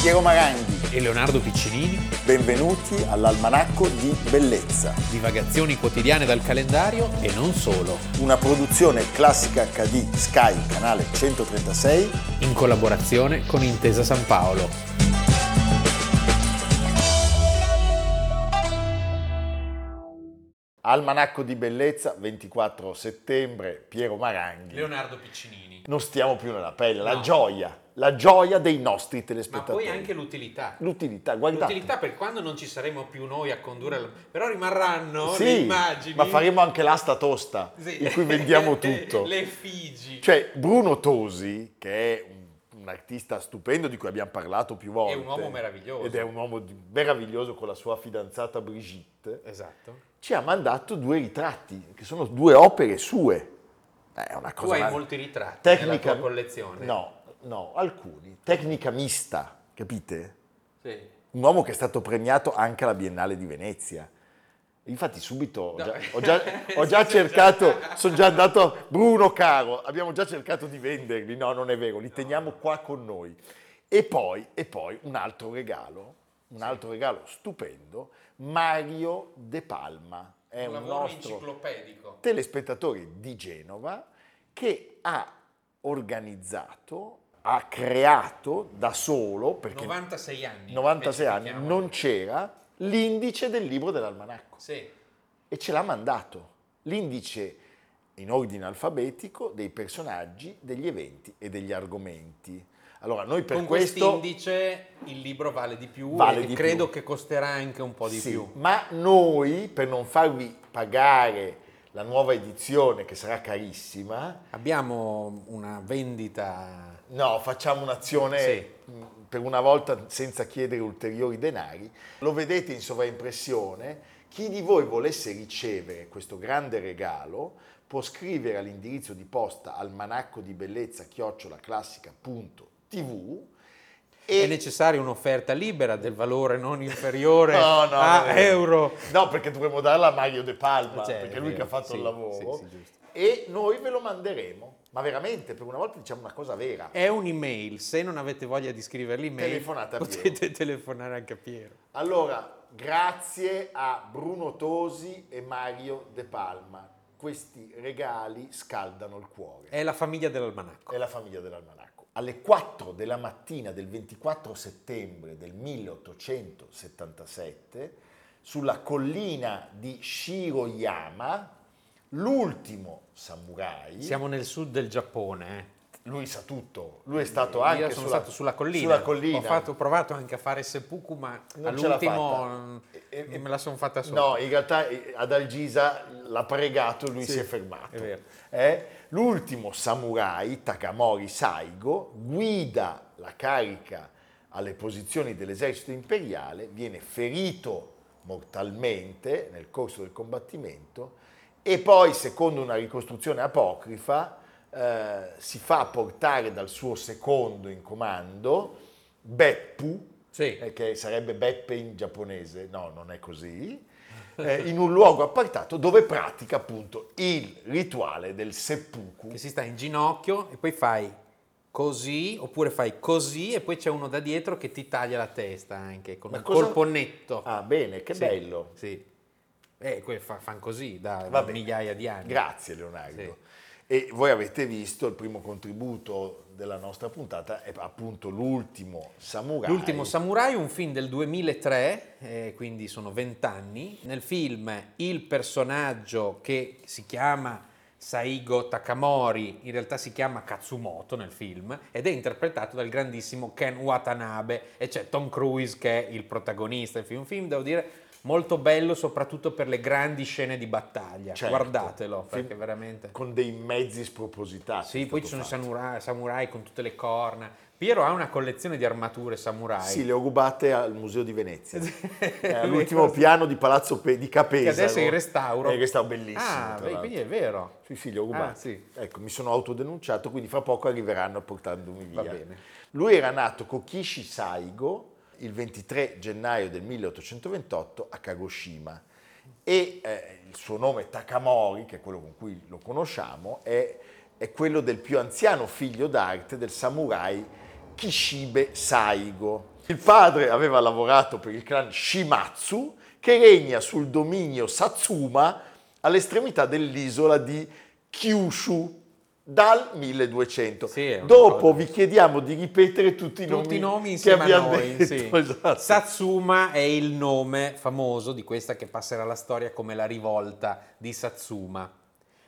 Piero Maranghi. e Leonardo Piccinini, Benvenuti all'Almanacco di Bellezza, divagazioni quotidiane dal calendario e non solo, una produzione classica HD Sky, canale 136. in collaborazione con Intesa San Paolo. Almanacco di Bellezza, 24 settembre, Piero Maranghi. Leonardo Piccinini, Non stiamo più nella pelle, la No. gioia, la gioia dei nostri ma telespettatori. poi anche l'utilità. L'utilità, guardate. L'utilità per quando non ci saremo più noi a condurre, la- però rimarranno le sì, immagini. ma faremo anche l'asta tosta Sì. in cui vendiamo tutto. le effigi. Cioè, Bruno Tosi, che è un, un artista stupendo di cui abbiamo parlato più volte. È un uomo meraviglioso. Ed è un uomo di- meraviglioso con la sua fidanzata Brigitte. Esatto. Ci ha mandato due ritratti, che sono due opere sue. Eh, È una Tu cosa... hai una- molti ritratti nella tecnica... tua collezione. No, no, alcuni. Tecnica mista, capite? Sì. Un uomo che è stato premiato anche alla Biennale di Venezia. Infatti subito ho No. già, ho già- ho già cercato, sono già andato, Bruno caro, abbiamo già cercato di venderli, no non è vero, li teniamo qua con noi. E poi, e poi un altro regalo, un altro regalo stupendo, Mario De Palma, è un un, lavoro nostro enciclopedico. telespettatore di Genova che ha organizzato, ha creato da solo, perché 96 anni. 96 anni, specifichiamo. non c'era l'indice del libro dell'almanacco Sì. e ce l'ha mandato. L'indice in ordine alfabetico dei personaggi, degli eventi e degli argomenti. Allora, noi per Con questo quest'indice il libro vale di più Vale e di credo più. che costerà anche un po' di Sì, più. ma noi per non farvi pagare la nuova edizione che sarà carissima, Abbiamo una vendita No, facciamo un'azione Sì. mh, per una volta senza chiedere ulteriori denari. Lo vedete in sovraimpressione. Chi di voi volesse ricevere questo grande regalo può scrivere all'indirizzo di posta al manacco di bellezza chiocciolaclassica.tv è necessaria un'offerta libera del valore non inferiore No, no, a no, no. Ah, euro. No, perché dovremmo darla a Mario De Palma, Cioè, perché è è lui che vero, ha fatto sì, il lavoro. sì, sì, giusto. e noi ve lo manderemo. Ma veramente, per una volta diciamo una cosa vera. È un'email, se non avete voglia di scrivere l'email Telefonate a Piero. potete telefonare anche a Piero. Allora, grazie a Bruno Tosi e Mario De Palma. Questi regali scaldano il cuore. È la famiglia dell'almanacco. È la famiglia dell'almanacco. Alle 4 della mattina del 24 settembre del 1877, sulla collina di Shiroyama, l'ultimo samurai, Siamo nel sud del Giappone. eh. lui sa tutto, lui è stato Io anche sono sulla, stato sulla collina. sulla collina. Ho, fatto- ho provato anche a fare seppuku, ma Non ce l'ha all'ultimo fatta. mm, E- e- me la sono fatta solo. No, in realtà eh, ad Algisa l'ha pregato e lui Sì, si è fermato. è vero. Eh? L'ultimo samurai, Takamori Saigo, guida la carica alle posizioni dell'esercito imperiale, viene ferito mortalmente nel corso del combattimento e poi, secondo una ricostruzione apocrifa, eh, si fa portare dal suo secondo in comando, Beppu, Sì. eh, che sarebbe Beppe in giapponese, no, non è così, eh, in un luogo appartato dove pratica appunto il rituale del seppuku. Che si sta in ginocchio e poi fai così, oppure fai così e poi c'è uno da dietro che ti taglia la testa anche con Ma un cosa- colpo netto. Ah, bene, che Sì, bello. Sì. Eh, que- fa- fan così da Va bene. migliaia di anni. Grazie Leonardo. Sì. E voi avete visto il primo contributo della nostra puntata è appunto l'ultimo samurai. L'ultimo Samurai, un film del 2003, eh, quindi sono vent'anni. Nel film il personaggio che si chiama Saigo Takamori, in realtà si chiama Katsumoto nel film, ed è interpretato dal grandissimo Ken Watanabe, e c'è Tom Cruise che è il protagonista del film. Un film, devo dire, molto bello soprattutto per le grandi scene di battaglia. Certo. Guardatelo, Film perché veramente... con dei mezzi spropositati. Sì, poi è ci sono i stato fatto. samurai, samurai con tutte le corna. Piero ha una collezione di armature samurai. Sì, le ho rubate al Museo di Venezia, Eh, all'ultimo Vero. piano di Palazzo Pe- di Capesa. Che adesso è in restauro. È in restauro Eh, bellissimo. Ah, tra beh, l'altro. quindi è vero. Sì, sì, li ho rubati. Ah, sì. Ecco, mi sono autodenunciato, quindi fra poco arriveranno portandomi via. Va bene. Lui era nato Kokishi Saigo il 23 gennaio del 1828 a Kagoshima e eh, il suo nome Takamori, che è quello con cui lo conosciamo, è, è quello del più anziano figlio d'arte del samurai Kishibe Saigo, Il padre aveva lavorato per il clan Shimatsu che regna sul dominio Satsuma all'estremità dell'isola di Kyushu dal 1200. Sì, è una Dopo cosa. vi chiediamo di ripetere tutti i nomi, Tutti i nomi che insieme a abbiamo noi. detto. sì. esatto. Satsuma è il nome famoso di questa che passerà alla storia come la rivolta di Satsuma.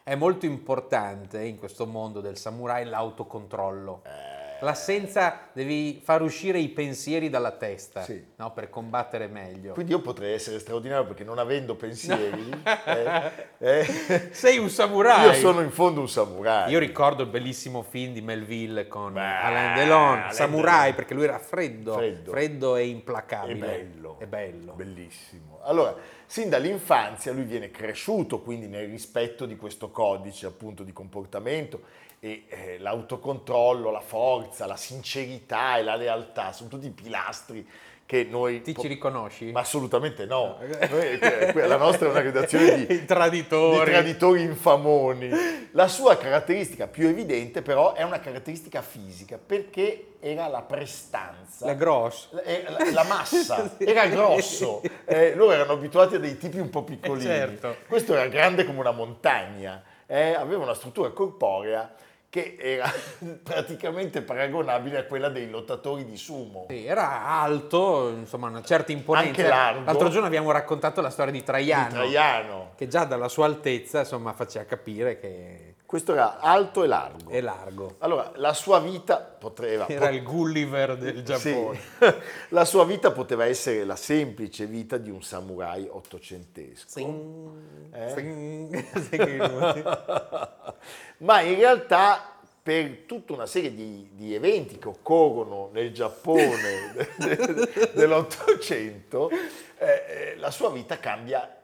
È molto importante in questo mondo del samurai l'autocontrollo. Eh, L'assenza devi far uscire i pensieri dalla testa Sì. no, per combattere meglio. Quindi io potrei essere straordinario perché non avendo pensieri... eh, eh, Sei un samurai. Io sono in fondo un samurai. Io ricordo il bellissimo film di Melville con Beh, Alain Delon, Alain Samurai, Delon. perché lui era freddo, Freddo. freddo, e È implacabile. bello. È bello. Bellissimo. Allora, sin dall'infanzia lui viene cresciuto quindi nel rispetto di questo codice appunto di comportamento e eh, l'autocontrollo, la forza, la sincerità e la lealtà sono tutti i pilastri che noi... Ti po- ci riconosci? Ma assolutamente no. No. Noi- que- que- la nostra è una redazione di I traditori. di traditori infamoni. La sua caratteristica più evidente però è una caratteristica fisica perché era la prestanza. La grosse. La- eh, la, la massa Sì. era grosso, Eh, loro erano abituati a dei tipi un po' piccolini. Eh, certo. Questo era grande come una montagna, eh, aveva una struttura corporea che era praticamente paragonabile a quella dei lottatori di sumo. Sì, era alto, insomma, una certa imponenza. Anche largo. L'altro giorno abbiamo raccontato la storia di Traiano, Di Traiano. che già dalla sua altezza, insomma, faceva capire che Questo era alto e largo. è largo. Allora, la sua vita poteva... Era il Gulliver del Giappone. Sì. La sua vita poteva essere la semplice vita di un samurai ottocentesco. Zing, Eh? zing. Sai che- Ma in realtà per tutta una serie di, di eventi che occorrono nel Giappone de- de- dell'Ottocento, eh, eh, la sua vita cambia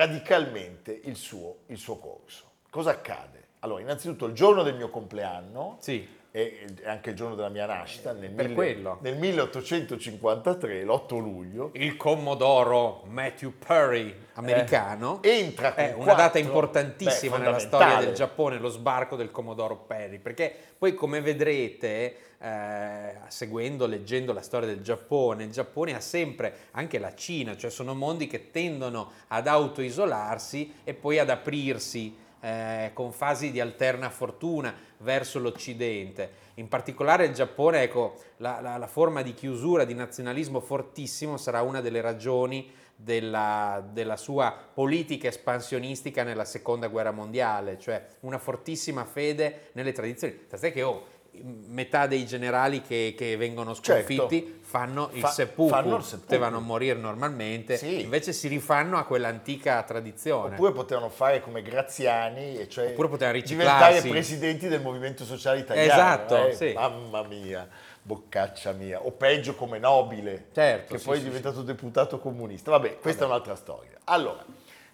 radicalmente il suo, il suo corso. Cosa accade? Allora, innanzitutto il giorno del mio compleanno, sì, e è anche il giorno della mia nascita, nel, Eh, Per quello. nel 1853, l'8 luglio, il Commodoro Matthew Perry americano. Eh, entra con È una data quattro- importantissima beh, nella storia del fondamentale. Giappone, lo sbarco del Commodoro Perry, perché poi come vedrete, eh, seguendo, leggendo la storia del Giappone, il Giappone ha sempre anche la Cina, cioè sono mondi che tendono ad autoisolarsi e poi ad aprirsi. eh, con fasi di alterna fortuna verso l'Occidente. In particolare il Giappone, ecco, la- la- la forma di chiusura, di nazionalismo fortissimo sarà una delle ragioni della, della sua politica espansionistica nella seconda guerra mondiale, cioè una fortissima fede nelle tradizioni. Tant'è che oh, metà dei generali che, che vengono Certo. sconfitti fanno il Fa- seppuku, fanno il seppuku. potevano morire normalmente, Sì. invece si rifanno a quell'antica tradizione. Oppure potevano fare come Graziani, e cioè Oppure potevano diventare riciclarsi. presidenti del movimento sociale italiano. Esatto, eh? sì. Mamma mia, boccaccia mia. O peggio come Nobile, Certo, che sì, poi è sì, diventato deputato comunista. Vabbè, questa è un'altra storia. Allora,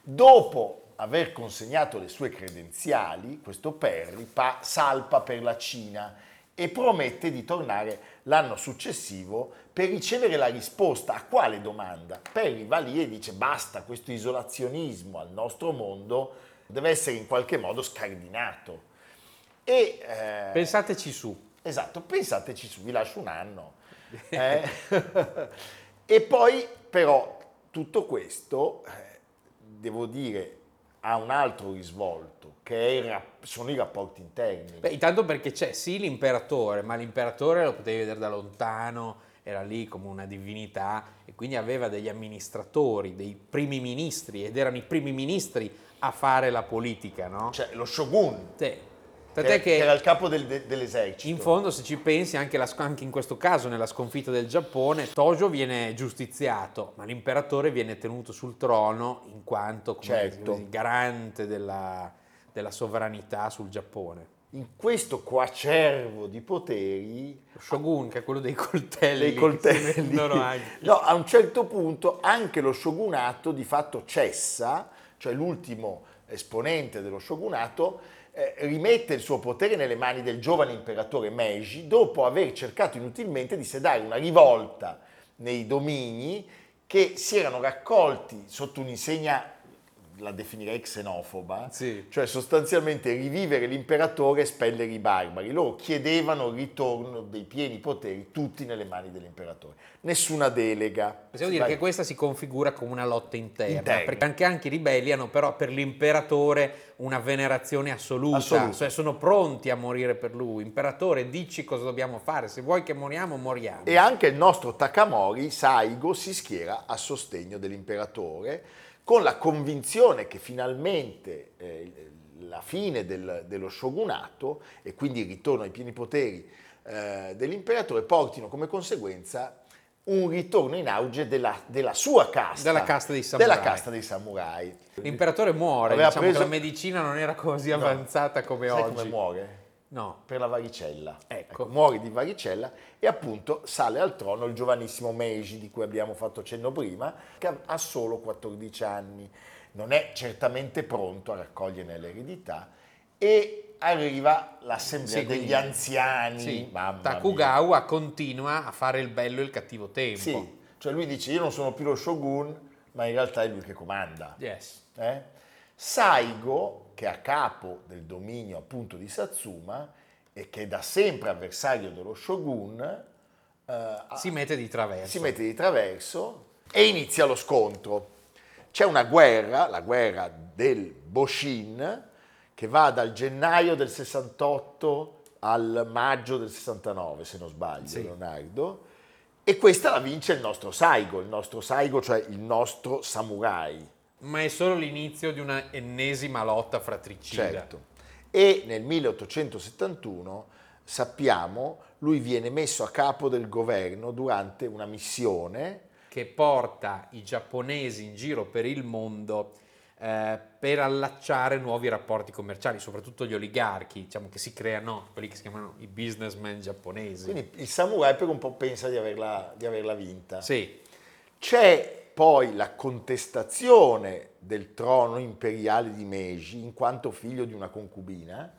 dopo aver consegnato le sue credenziali, questo Perry pa- salpa per la Cina e promette di tornare l'anno successivo per ricevere la risposta a quale domanda. Perry va lì e dice basta, questo isolazionismo al nostro mondo deve essere in qualche modo scardinato. E, eh, Pensateci su. Esatto, pensateci su, vi lascio un anno. eh. e poi però tutto questo, eh, devo dire, ha un altro risvolto, che è il rap- sono i rapporti interni. Beh, intanto perché c'è sì l'imperatore, ma l'imperatore lo potevi vedere da lontano, era lì come una divinità e quindi aveva degli amministratori, dei primi ministri ed erano i primi ministri a fare la politica, no? Cioè, lo shogun, Sì. che, Tant'è che era che il capo del- de- dell'esercito. in fondo se ci pensi anche, la- anche in questo caso nella sconfitta del Giappone Tojo viene giustiziato ma l'imperatore viene tenuto sul trono in quanto come Certo. dire, garante della, della sovranità sul Giappone. in questo coacervo di poteri Lo Shogun, che è quello dei coltelli. dei che si coltelli. vendono anche. No, a un certo punto anche lo shogunato di fatto cessa, cioè l'ultimo esponente dello shogunato eh, rimette il suo potere nelle mani del giovane imperatore Meiji dopo aver cercato inutilmente di sedare una rivolta nei domini che si erano raccolti sotto un'insegna la definirei xenofoba, Sì. cioè sostanzialmente rivivere l'imperatore e espellere i barbari. Loro chiedevano il ritorno dei pieni poteri tutti nelle mani dell'imperatore. Nessuna delega. Possiamo Si dire va- che questa si configura come una lotta interna, Interna. perché anche, anche i ribelli hanno però per l'imperatore una venerazione assoluta, Assoluta. cioè sono pronti a morire per lui. Imperatore, dici cosa dobbiamo fare, se vuoi che moriamo, moriamo. E anche il nostro Takamori, Saigo, si schiera a sostegno dell'imperatore con la convinzione che finalmente eh, la fine del- dello shogunato e quindi il ritorno ai pieni poteri eh, dell'imperatore portino come conseguenza un ritorno in auge della, della sua casta, Dalla casta dei della samurai. cassa dei samurai. L'imperatore muore, Aveva diciamo preso- che la medicina non era così No. avanzata come Sai oggi. come muore? No, Per la varicella. Ecco. muore di varicella e appunto sale al trono il giovanissimo Meiji di cui abbiamo fatto cenno prima, che ha- ha solo 14 anni, non è certamente pronto a raccoglierne l'eredità e arriva l'assemblea Sì, degli quindi- anziani, sì. mamma mia. Takugawa continua a fare il bello e il cattivo tempo. Sì, cioè lui dice io non sono più lo shogun, ma in realtà è lui che comanda. Yes. eh? Saigo, che è a capo del dominio appunto di Satsuma e che è da sempre avversario dello shogun, eh, ha- Si mette di traverso. si mette di traverso e inizia lo scontro. C'è una guerra, la guerra del Boshin, che va dal gennaio del 68 al maggio del 69, se non sbaglio, Sì. Leonardo. E questa la vince il nostro Saigo, il nostro Saigo, cioè il nostro samurai. Ma è solo l'inizio di una ennesima lotta fratricida. Certo. E nel 1871, sappiamo, lui viene messo a capo del governo durante una missione che porta i giapponesi in giro per il mondo eh, per allacciare nuovi rapporti commerciali, soprattutto gli oligarchi, diciamo che si creano, quelli che si chiamano i businessmen giapponesi. Quindi il samurai per un po' pensa di averla, di averla vinta. sì, C'è poi la contestazione del trono imperiale di Meiji in quanto figlio di una concubina,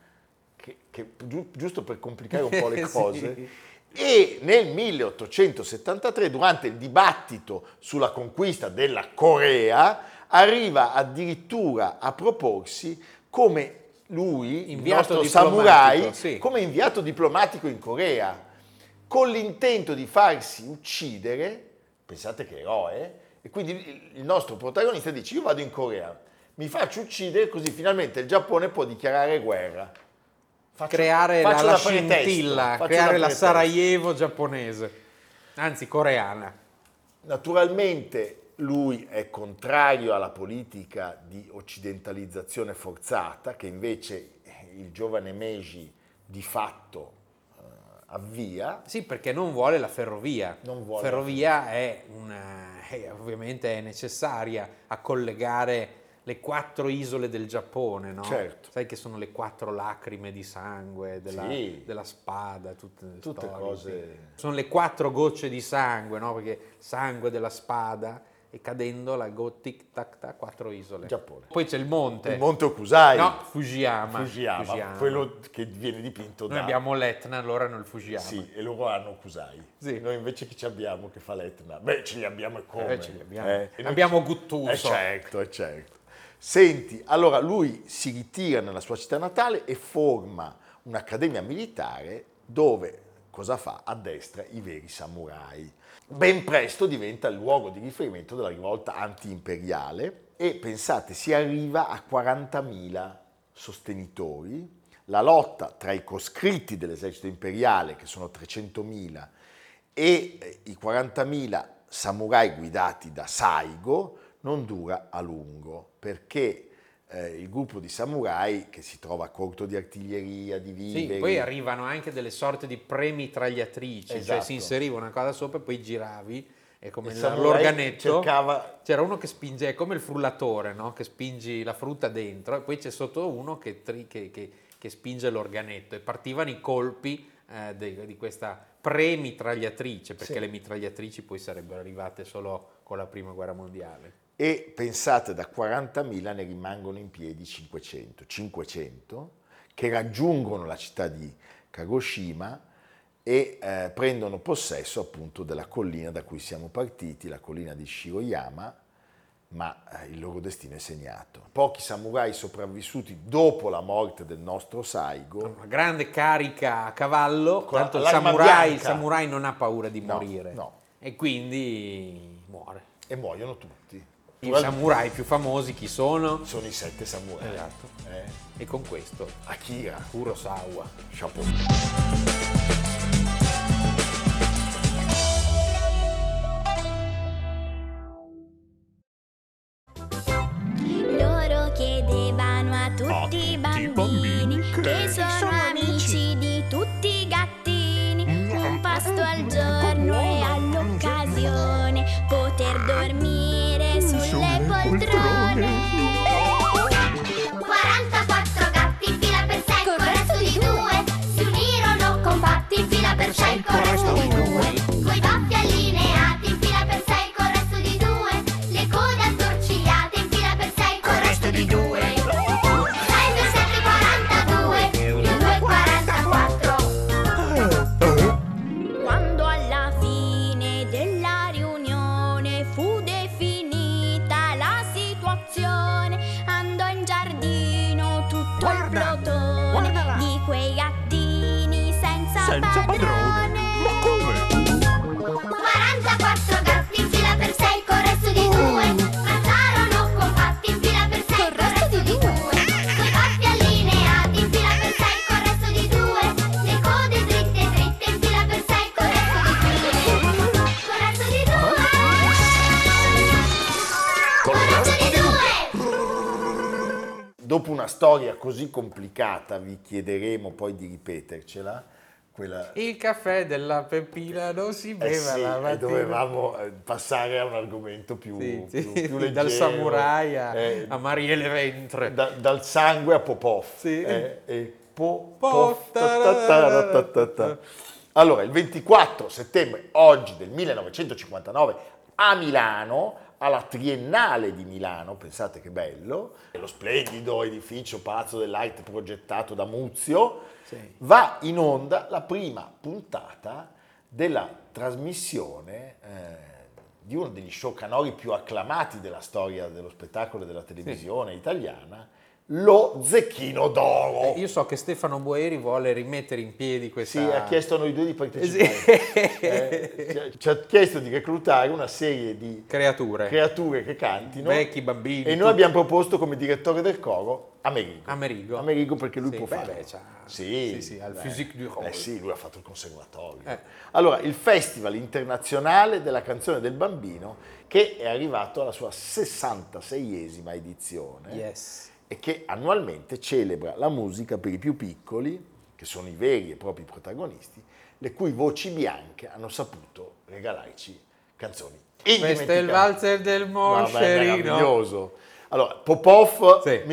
che- che giu- giusto per complicare un po' le Sì. cose. E nel 1873, durante il dibattito sulla conquista della Corea, arriva addirittura a proporsi come lui, Inviato il nostro diplomatico, samurai, sì. come inviato diplomatico in Corea, con l'intento di farsi uccidere, pensate che eroe, e quindi il nostro protagonista dice io vado in Corea, mi faccio uccidere così finalmente il Giappone può dichiarare guerra. Faccio- creare faccio la, la da pretesto, scintilla, faccio creare da la pretesto. Sarajevo giapponese, anzi coreana. Naturalmente lui è contrario alla politica di occidentalizzazione forzata che invece il giovane Meiji di fatto eh, avvia. Sì, perché non vuole la ferrovia. Non vuole la ferrovia è una, è ovviamente è necessaria a collegare le quattro isole del Giappone, no? Certo. Sai che sono le quattro lacrime di sangue, della, Sì. della spada, tutte, le Tutte storie, cose- sì. Sono le quattro gocce di sangue, no? Perché sangue della spada e cadendo la go tic tac tac, quattro isole. Giappone. Poi c'è il monte. Il Monte Okusai, No, Fujiyama. Fujiyama, Fujiyama. quello che viene dipinto Noi da... abbiamo l'Etna, loro hanno il Fujiyama. Sì, e loro hanno Okusai. Sì. Noi invece che ci abbiamo che fa l'Etna? Beh, ce li abbiamo e come? Eh, ce li abbiamo. Eh, e noi Abbiamo ci- Guttuso. Eh, certo, eh, certo. Senti, allora lui si ritira nella sua città natale e forma un'accademia militare dove cosa fa? Addestra i veri samurai. Ben presto diventa il luogo di riferimento della rivolta anti-imperiale e pensate si arriva a 40.000 sostenitori. La lotta tra i coscritti dell'esercito imperiale, che sono 300.000, e eh, i 40.000 samurai guidati da Saigo non dura a lungo perché eh, il gruppo di samurai che si trova corto di artiglieria, di Sì, viveri, poi arrivano anche delle sorte di premitragliatrici, cioè Esatto. si inseriva una cosa sopra e poi giravi e come Il il- samurai l'organetto cercava- c'era uno che spinge, è come il frullatore, no? che spingi la frutta dentro e poi c'è sotto uno che, tri- che- che- che spinge l'organetto e partivano i colpi eh, de- di questa premitragliatrice, perché Sì. le mitragliatrici poi sarebbero arrivate solo con la prima guerra mondiale. e pensate da 40.000 ne rimangono in piedi 500, 500 che raggiungono la città di Kagoshima e eh, prendono possesso appunto della collina da cui siamo partiti, la collina di Shiroyama, ma eh, il loro destino è segnato. Pochi samurai sopravvissuti dopo la morte del nostro Saigo. Una grande carica a cavallo, Con la- tanto il l'arma samurai, il bianca. samurai non ha paura di No, morire no. e quindi muore. E muoiono tutti. I samurai più famosi chi sono? Sono i sette samurai. Esatto. Eh, E con questo Akira, Kurosawa. chapeau. Loro chiedevano a A tutti tutti i i bambini, bambini che, che sono, sono amici Mm. di tutti i gattini, un pasto al giorno e all'occasione poter dormire sulle Sulle Mm. poltrone. poltrone. 44 gatti in fila per sei, col resto di due si unirono compatti in fila per sei, col resto di due. Coi baffi allineati in fila per sei, col resto di due. Le code attorcigliate in fila per sei, col resto di due. 6 per 7 42, più 2 44. Eh, Quando alla fine della riunione fu definita la situazione, andò in giardino tutto il plotone di quei gattini senza, Senza padrone. Ma come? 44 gatti in fila per 6 col resto di due. Mazzarono compatti in fila per 6 col resto di due. Due gatti allineati in fila per 6 col resto di due. Le code dritte dritte in fila per 6 col resto di due. Col resto di due. Col resto di due. Dopo una storia così complicata, vi chiederemo poi di ripetercela, quella Il caffè della Peppina non si Eh beva sì, la eh, mattina. dovevamo eh, passare a un argomento più, Sì, più- sì, più leggero. dal samurai a, Eh, a Marielle Ventre. da- dal sangue a Popoff. Sì. Eh, eh, po- Poff, poff, ta- ta- ta- ta- ta- ta. Allora, il 24 settembre, oggi del 1959, a Milano, alla Triennale di Milano, pensate che bello, lo splendido edificio Palazzo dell'Arte progettato da Muzio, Sì. va in onda la prima puntata della trasmissione eh, di uno degli show canori più acclamati della storia dello spettacolo e della televisione italiana, lo Zecchino d'Oro. Eh, Io so che Stefano Boeri vuole rimettere in piedi questa... Sì, ha chiesto a noi due di partecipare. Sì. Eh, ci, ha, ci ha chiesto di reclutare una serie di Creature. creature che cantino. Vecchi, bambini, E noi tutti. abbiamo proposto come direttore del coro Amerigo. Amerigo. Amerigo perché lui Sì, può beh, farlo. beh, c'ha- Sì, sì, sì, ha il beh. physique du rôle. Eh sì, lui ha fatto il conservatorio. Eh. Allora, il Festival Internazionale della Canzone del Bambino che è arrivato alla sua 66esima edizione Eh. Yes. e che annualmente celebra la musica per i più piccoli, che sono i veri e propri protagonisti, le cui voci bianche hanno saputo regalarci canzoni Questo è il valzer Vabbè, del moscerino. meraviglioso. Allora, Popov Sì.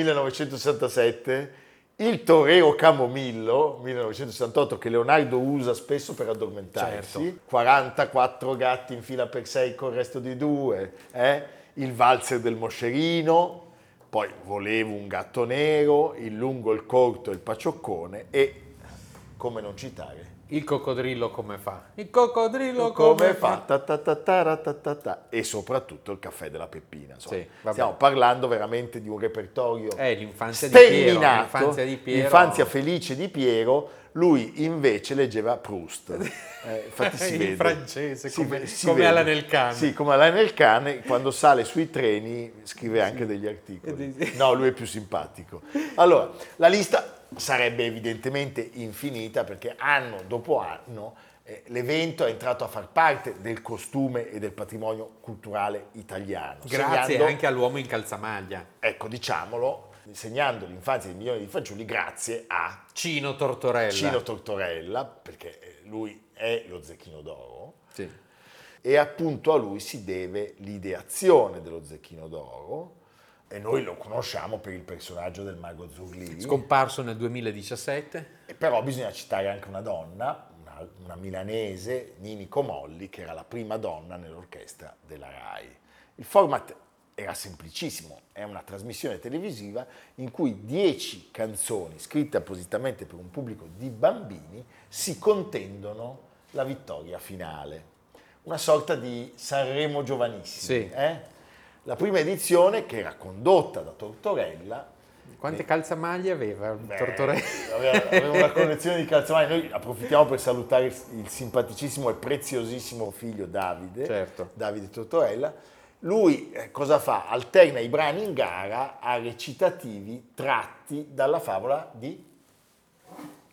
1967, il Toreo Camomillo 1968 che Leonardo usa spesso per addormentarsi, 44 gatti in fila per 6 col resto di due, eh? il valzer del moscerino, poi volevo un gatto nero, il lungo, il corto e il pacioccone e come non citare Il coccodrillo come fa? Il coccodrillo come, come fa? fa ta ta ta ta ra ta ta ta. e soprattutto il caffè della Peppina. insomma. Sì, vabbè. Stiamo parlando veramente di un repertorio Eh, l'infanzia di Piero. sterminato, L'infanzia di Piero. l'infanzia felice di Piero. Lui invece leggeva Proust, Eh, infatti si In vede. francese, Si come- ve- si come vede. Alan El Cane. Sì, come Alan El Cane, quando sale sui treni scrive anche degli articoli. Sì, sì. No, lui è più simpatico. Allora, la lista sarebbe evidentemente infinita perché anno dopo anno eh, l'evento è entrato a far parte del costume e del patrimonio culturale italiano. Grazie segnando- anche all'uomo in calzamaglia. Ecco, diciamolo, segnando l'infanzia di milioni di fanciulli grazie a Cino Tortorella. Cino Tortorella, perché eh, lui è lo zecchino d'oro Sì. e appunto a lui si deve l'ideazione dello Zecchino d'Oro e noi lo conosciamo per il personaggio del mago Zurlini, Scomparso nel 2017. E però bisogna citare anche una donna, una, una milanese, Nini Comolli, che era la prima donna nell'orchestra della RAI. Il format era semplicissimo, è una trasmissione televisiva in cui 10 canzoni scritte appositamente per un pubblico di bambini si contendono la vittoria finale. Una sorta di Sanremo giovanissimi. Sì. eh? La prima edizione, che era condotta da Tortorella, Quante calzamaglie aveva il Beh, Tortorella? Aveva, aveva una collezione di calzamaglie. Noi approfittiamo per salutare il, il simpaticissimo e preziosissimo figlio Davide, Certo. Davide Tortorella. Lui eh, cosa fa? Alterna i brani in gara a recitativi tratti dalla favola di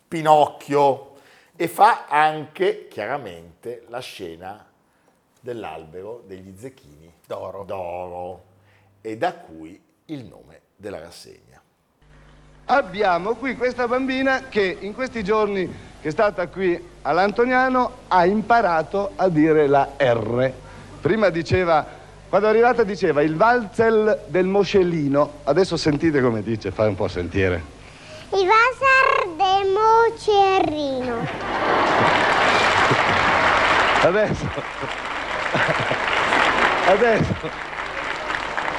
Pinocchio e fa anche chiaramente la scena dell'albero degli zecchini d'oro, e da cui il nome della rassegna. Abbiamo qui questa bambina che in questi giorni che è stata qui all'Antoniano ha imparato a dire la R. Prima diceva, quando è arrivata diceva il valzer del moscellino. Adesso sentite come dice, fai un po' sentire. Il Vasar del Mocerrino. Adesso. Adesso.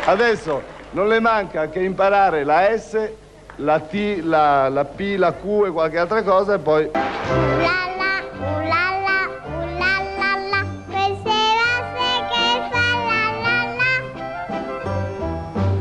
Adesso non le manca che imparare la S, la T, la, la P, la Q e qualche altra cosa e poi Ulala, ulala, Pues ulala, la. Quel Sevase che fa la la la.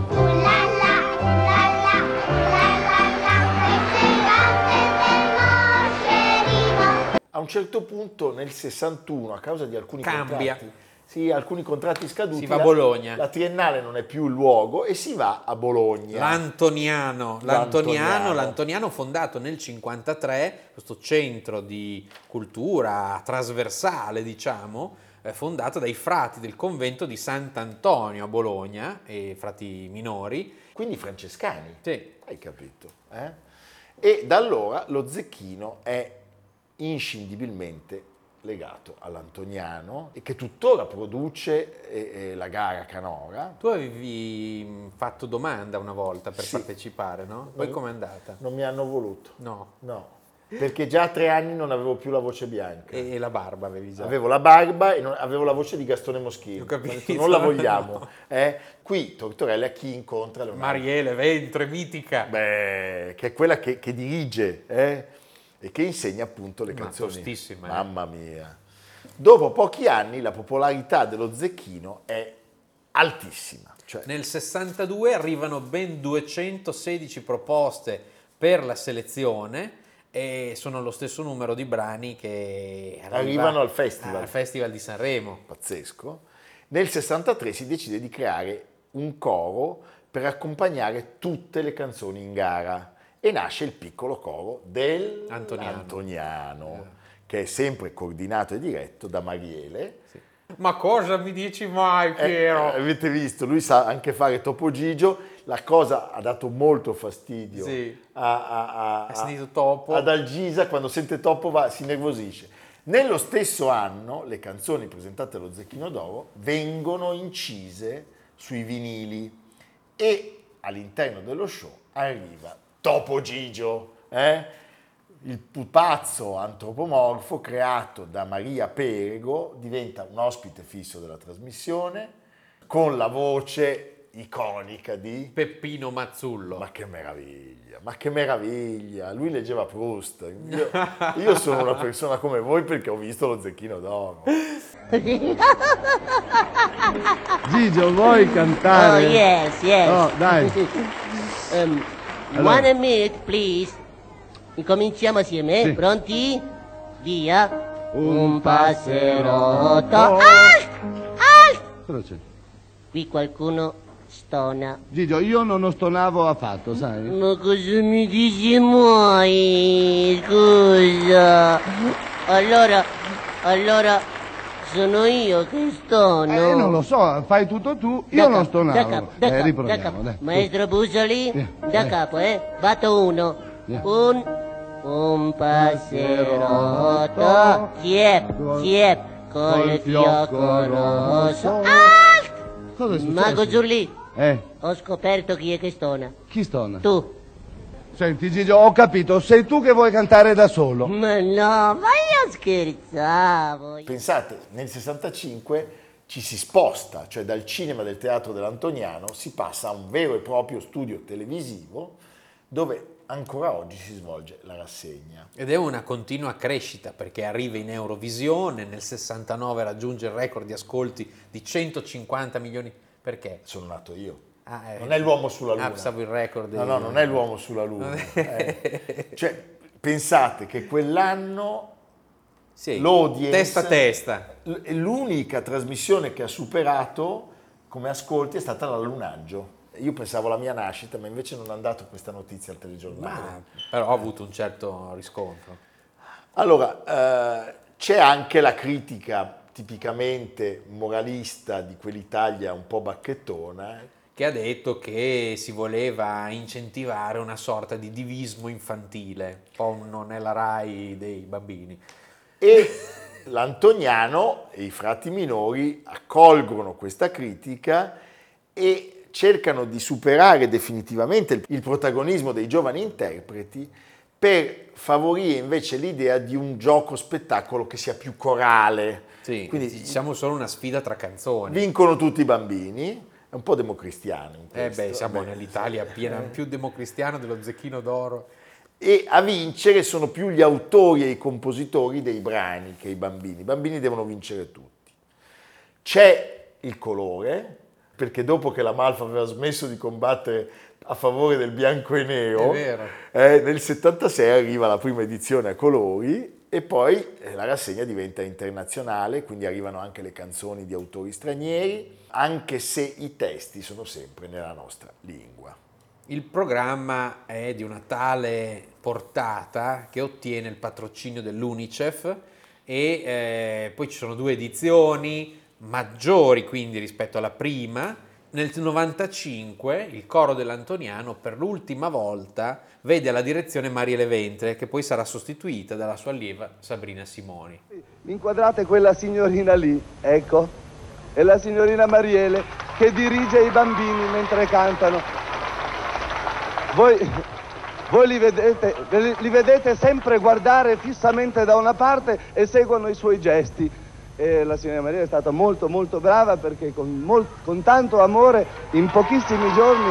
Ulala, ulala, Pues ulala, la. Quel Sevase del Mocerrino. A un certo punto nel 61, a causa di alcuni Cambia. contratti, sì, alcuni contratti scaduti, Si va a la- Bologna. La Triennale non è più il luogo e si va a Bologna. L'Antoniano, l'Antoniano, L'Antoniano. l'Antoniano fondato nel 53, questo centro di cultura trasversale, diciamo, eh, fondato dai frati del convento di Sant'Antonio a Bologna, e frati minori. Quindi i francescani. Sì. Hai capito? eh? E da allora lo zecchino è inscindibilmente legato all'Antoniano e che tuttora produce eh, eh, la gara canora. Tu avevi mh, fatto domanda una volta per Sì. partecipare, no? Poi Non- com'è andata? Non mi hanno voluto. No. No, perché già a tre anni non avevo più la voce bianca. E, e la barba avevi già. Esatto. Avevo la barba e non- avevo la voce di Gastone Moschino. Ho capito, Ho detto, non la no. vogliamo. eh. Qui Tortorella chi incontra Leonardo. Mariele, ventre, mitica. Beh, che è quella che, che dirige eh, e che insegna appunto le Ma canzoni. tostissima, eh. Mamma mia. Dopo pochi anni la popolarità dello zecchino è altissima. Cioè, Nel 62 arrivano ben 216 proposte per la selezione e sono lo stesso numero di brani che arriva- Arrivano al festival. al Festival di Sanremo. pazzesco. Nel 63 si decide di creare un coro per accompagnare tutte le canzoni in gara e nasce il piccolo coro del Antoniano. Eh. Antoniano, che è sempre coordinato e diretto da Mariele. Ma cosa mi dici mai, Eh, eh, avete visto, lui sa anche fare Topo Gigio, la cosa ha dato molto fastidio Sì. a, a- a- Ha sentito Topo. ad Algisa, quando sente Topo va- si nervosisce. Nello stesso anno le canzoni presentate allo Zecchino d'Oro vengono incise sui vinili e all'interno dello show arriva Topo Gigio, eh? il pupazzo antropomorfo creato da Maria Perego diventa un ospite fisso della trasmissione con la voce iconica di Peppino Mazzullo. ma che meraviglia, ma che meraviglia, lui leggeva Proust, io, io sono una persona come voi perché ho visto lo zecchino d'oro. Gigio, vuoi Oh, cantare? yes, yes. No, dai. Um, Oh. Allora. One minute, please. Incominciamo assieme. Sì. Pronti? Via. Un passerotto. Oh. Ah! Cosa c'è? Qui qualcuno stona. Gigio, io non lo stonavo affatto, sai? Ma cosa mi dici mai? Scusa. Allora, allora, sono io che stono. Eh, non lo so, fai tutto tu, io Da non capo, da stonavo. capo, da eh, capo, da riproviamo, capo. dai. Maestro Busoli, Via, da eh. capo, eh. Batto uno. Via. Un. Un passerotto. Siep, siep. Col fiocco rosso. Ah! Cosa è successo? Mago Zurli, Eh, ho scoperto chi è che stona. chi stona? Tu. Senti, Gigio, ho capito, sei tu che vuoi cantare da solo. Ma no, ma io scherzavo. Pensate, nel 65 ci si sposta, cioè dal cinema del teatro dell'Antoniano si passa a un vero e proprio studio televisivo dove ancora oggi si svolge la rassegna. Ed è una continua crescita perché arriva in Eurovisione, nel 69 raggiunge il record di ascolti di 150 milioni Perché? Sono nato io. Ah, eh. Non è l'uomo sulla luna. Ah, pensavo il record. No, no, non è l'uomo sulla luna. Eh. Cioè, pensate che quell'anno Sì, l'audience... testa a testa. L- L'unica trasmissione che ha superato come ascolti è stata l'allunaggio. Io pensavo alla mia nascita, ma invece non è andato questa notizia al telegiornale. Ma- Ah, però ho avuto un certo riscontro. Allora, eh, c'è anche la critica tipicamente moralista di quell'Italia un po' bacchettona, eh, Che ha detto che si voleva incentivare una sorta di divismo infantile, un po' non è la RAI dei bambini. e l'Antoniano e i frati minori accolgono questa critica e cercano di superare definitivamente il- il protagonismo dei giovani interpreti per favorire invece l'idea di un gioco spettacolo che sia più corale. Sì, Quindi diciamo solo una sfida tra canzoni. vincono tutti i bambini, è un po' democristiano. Eh beh, questo, siamo vabbè. nell'Italia piena, più democristiana dello zecchino d'oro. e a vincere sono più gli autori e i compositori dei brani che i bambini. I bambini devono vincere tutti. C'è il colore, perché dopo che la Malfa aveva smesso di combattere a favore del bianco e nero, È vero. eh, nel 76 arriva la prima edizione a colori e poi eh, la rassegna diventa internazionale, quindi arrivano anche le canzoni di autori stranieri, anche se i testi sono sempre nella nostra lingua. Il programma è di una tale portata che ottiene il patrocinio dell'UNICEF e eh, poi ci sono due edizioni maggiori quindi rispetto alla prima. Nel 95 il coro dell'Antoniano per l'ultima volta vede alla direzione Mariele Ventre che poi sarà sostituita dalla sua allieva Sabrina Simoni. Inquadrate quella signorina lì, ecco, è la signorina Mariele che dirige i bambini mentre cantano. Voi, voi li, vedete, li- li vedete sempre guardare fissamente da una parte e seguono i suoi gesti. E la signora Mariele è stata molto molto brava perché con, mol- con tanto amore in pochissimi giorni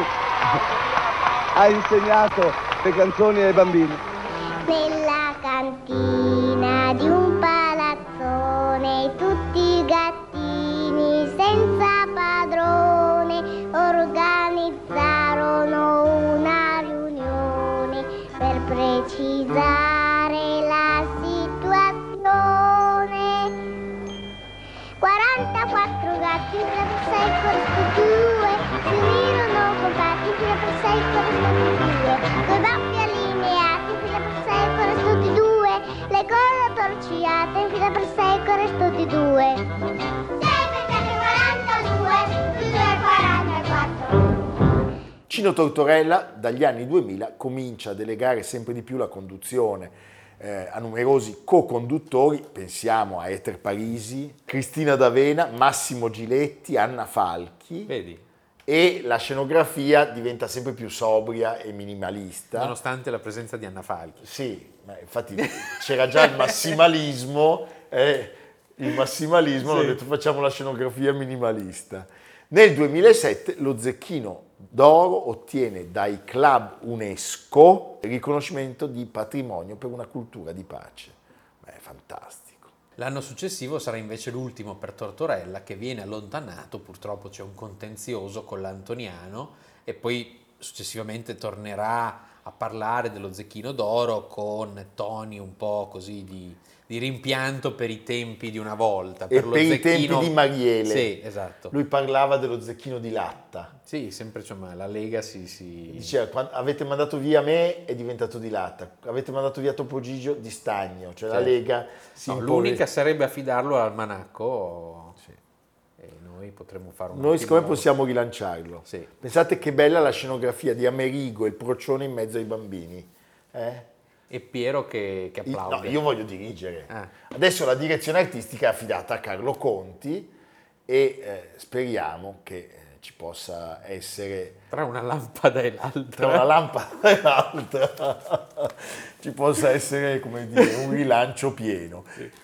ha insegnato le canzoni ai bambini. Nella cantina di un palazzone tutti gattini senza padrone organizzarono una riunione per precisare la situazione. 44 gatti, fila per 6, corrispondue, si unirono compatti, fila per 6, corrispondue, due baffi allineati, fila per 6, corrispondue, le colle torciate, fila per 6, corrispondue. 6 per 7, 42, 2 per 44. Cino Tortorella dagli anni 2000 comincia a delegare sempre di più la conduzione eh, a numerosi co-conduttori, pensiamo a Eter Parisi, Cristina D'Avena, Massimo Giletti, Anna Falchi Vedi, e la scenografia diventa sempre più sobria e minimalista. nonostante la presenza di Anna Falchi. Sì, ma infatti c'era già il massimalismo, eh, il massimalismo hanno detto facciamo la scenografia minimalista. Nel 2007 lo Zecchino d'Oro ottiene dai club UNESCO il riconoscimento di patrimonio per una cultura di pace. Beh, è fantastico. L'anno successivo sarà invece l'ultimo per Tortorella che viene allontanato, purtroppo c'è un contenzioso con l'Antoniano e poi successivamente tornerà a parlare dello zecchino d'oro con toni un po' così di, di rimpianto per i tempi di una volta. e per i tempi zecchino- di Mariele, Sì, esatto. lui parlava dello Zecchino di latta. Sì, sempre insomma, la Lega si... si... Diceva, "Quan- avete mandato via me è diventato di latta, avete mandato via Topo Gigio di stagno, cioè la Sì. Lega si No, impone- l'unica sarebbe affidarlo al Manacco e noi potremmo fare un Noi ottimo siccome lavoro. possiamo rilanciarlo. Sì. Pensate che bella la scenografia di Amerigo e il procione in mezzo ai bambini. Eh? E Piero che, che Io- applaude. no, io voglio dirigere. Ah. Adesso la direzione artistica è affidata a Carlo Conti e eh, speriamo che eh, ci possa essere Tra una lampada e tra l'altra. una lampada e l'altra ci possa essere come dire, un rilancio pieno.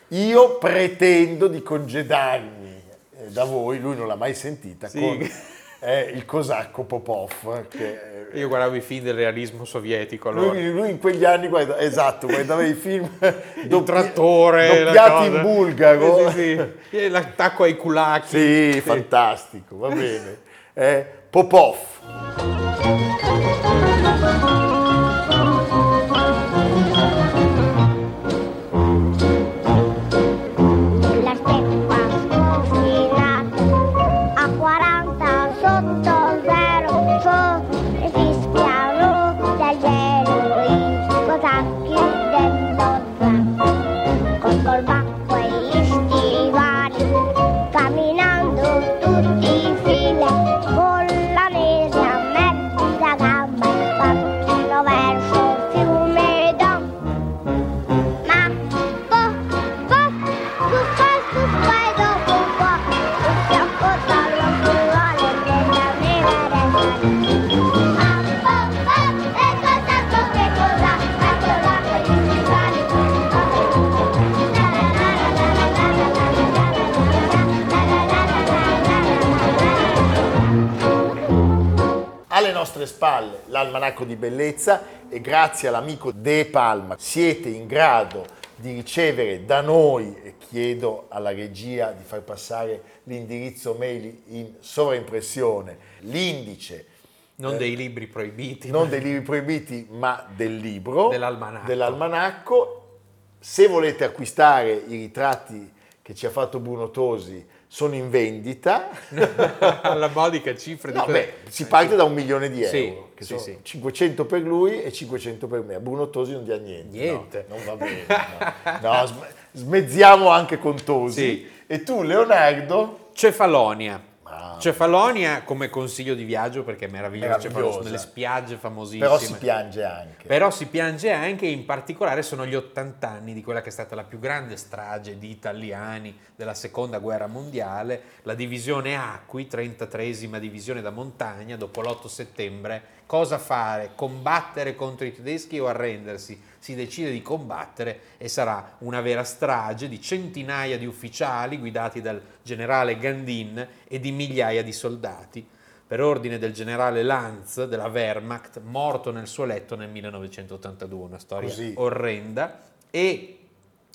Io pretendo di congedarmi eh, da voi, lui non l'ha mai sentita, Sì. con eh, il cosacco Popov. Che, eh, Io guardavo i film del realismo sovietico allora. lui, lui in quegli anni guarda, esatto, guardava i film doppi- trattore, la doppiati cosa. in bulgaro. Sì, sì, sì. E L'attacco ai culacchi. Sì, fantastico, va bene. eh, Popov. L'aspetto qua sconfinato a 40 sotto zero sopra si spiano da gelo i cosacchi dello zar col colbacco e gli stivali camminando tutti in file con la nera mezza gamba e vanno verso il fiume d'Am ma po, po, su fai, su fai dopo un po', il fianco dallo scuole della neve Ma po, po, e cos'altro che cosa, ma trovato gli stivali con i pali. La la la la la la la la la la la la la la la la. Alle nostre spalle l'almanacco di bellezza e grazie all'amico De Palma siete in grado di ricevere da noi, e chiedo alla regia di far passare l'indirizzo mail in sovraimpressione, l'indice Non dei libri proibiti. non dei libri proibiti ma del libro, Dell'almanacco. dell'almanacco. Se volete acquistare i ritratti che ci ha fatto Bruno Tosi sono in vendita. Alla modica cifra di No, quelle- beh, si parte da un milione di euro, Sì, che sì, sono sì. 500 per lui e 500 per me. A Bruno Tosi non dia niente. Niente. no, non va bene. No, No, sm- smezziamo anche con Tosi. Sì. E tu, Leonardo, Cefalonia. Mamma. Cefalonia come consiglio di viaggio perché è meraviglioso, Meravigliosa. Cefalonia, sono delle spiagge famosissime. però si piange anche. Però si piange anche, in particolare sono gli 80 anni di quella che è stata la più grande strage di italiani della seconda guerra mondiale, la divisione Acqui, 33esima divisione da montagna, dopo l'8 settembre. Cosa fare? Combattere contro i tedeschi o arrendersi? Si decide di combattere e sarà una vera strage di centinaia di ufficiali guidati dal generale Gandin e di migliaia di soldati per ordine del generale Lanz della Wehrmacht, morto nel suo letto nel 1982, una storia Così. orrenda, e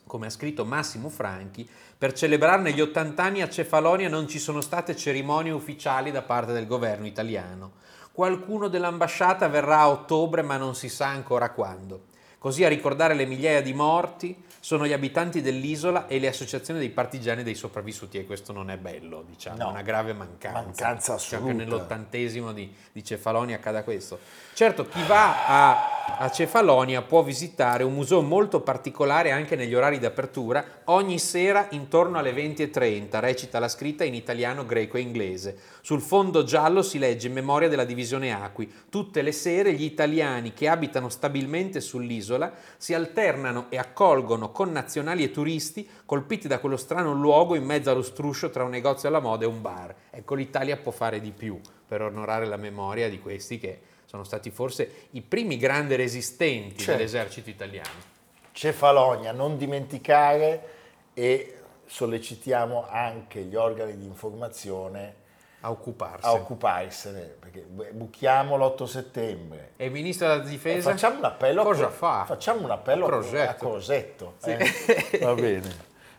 come ha scritto Massimo Franchi, per celebrarne gli 80 anni a Cefalonia non ci sono state cerimonie ufficiali da parte del governo italiano. Qualcuno dell'ambasciata verrà a ottobre, ma non si sa ancora quando. Così a ricordare le migliaia di morti sono gli abitanti dell'isola e le associazioni dei partigiani e dei sopravvissuti, e questo non è bello, diciamo, No. una grave mancanza. Mancanza Diciamo assoluta. Che nell'ottantesimo di, di Cefalonia accada questo. Certo, chi va a, a Cefalonia può visitare un museo molto particolare anche negli orari di apertura. Ogni sera intorno alle 20.30 recita la scritta in italiano, greco e inglese. Sul fondo giallo si legge in memoria della divisione Acqui. Tutte le sere gli italiani che abitano stabilmente sull'isola si alternano e accolgono connazionali e turisti colpiti da quello strano luogo in mezzo allo struscio tra un negozio alla moda e un bar. Ecco, l'Italia può fare di più per onorare la memoria di questi che sono stati forse i primi grandi resistenti Certo. dell'esercito italiano. Cefalonia, non dimenticare e sollecitiamo anche gli organi di informazione A occuparsi. a occuparsene, perché buchiamo l'8 settembre. e il ministro della difesa? Eh, Facciamo un appello a- Cosa fa? Facciamo un appello a Crosetto. a Crosetto. Sì. eh. Va bene.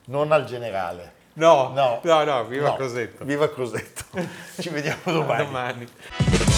Non al generale. No, no, no, viva no. Crosetto. Viva Crosetto. Ci vediamo domani. Domani.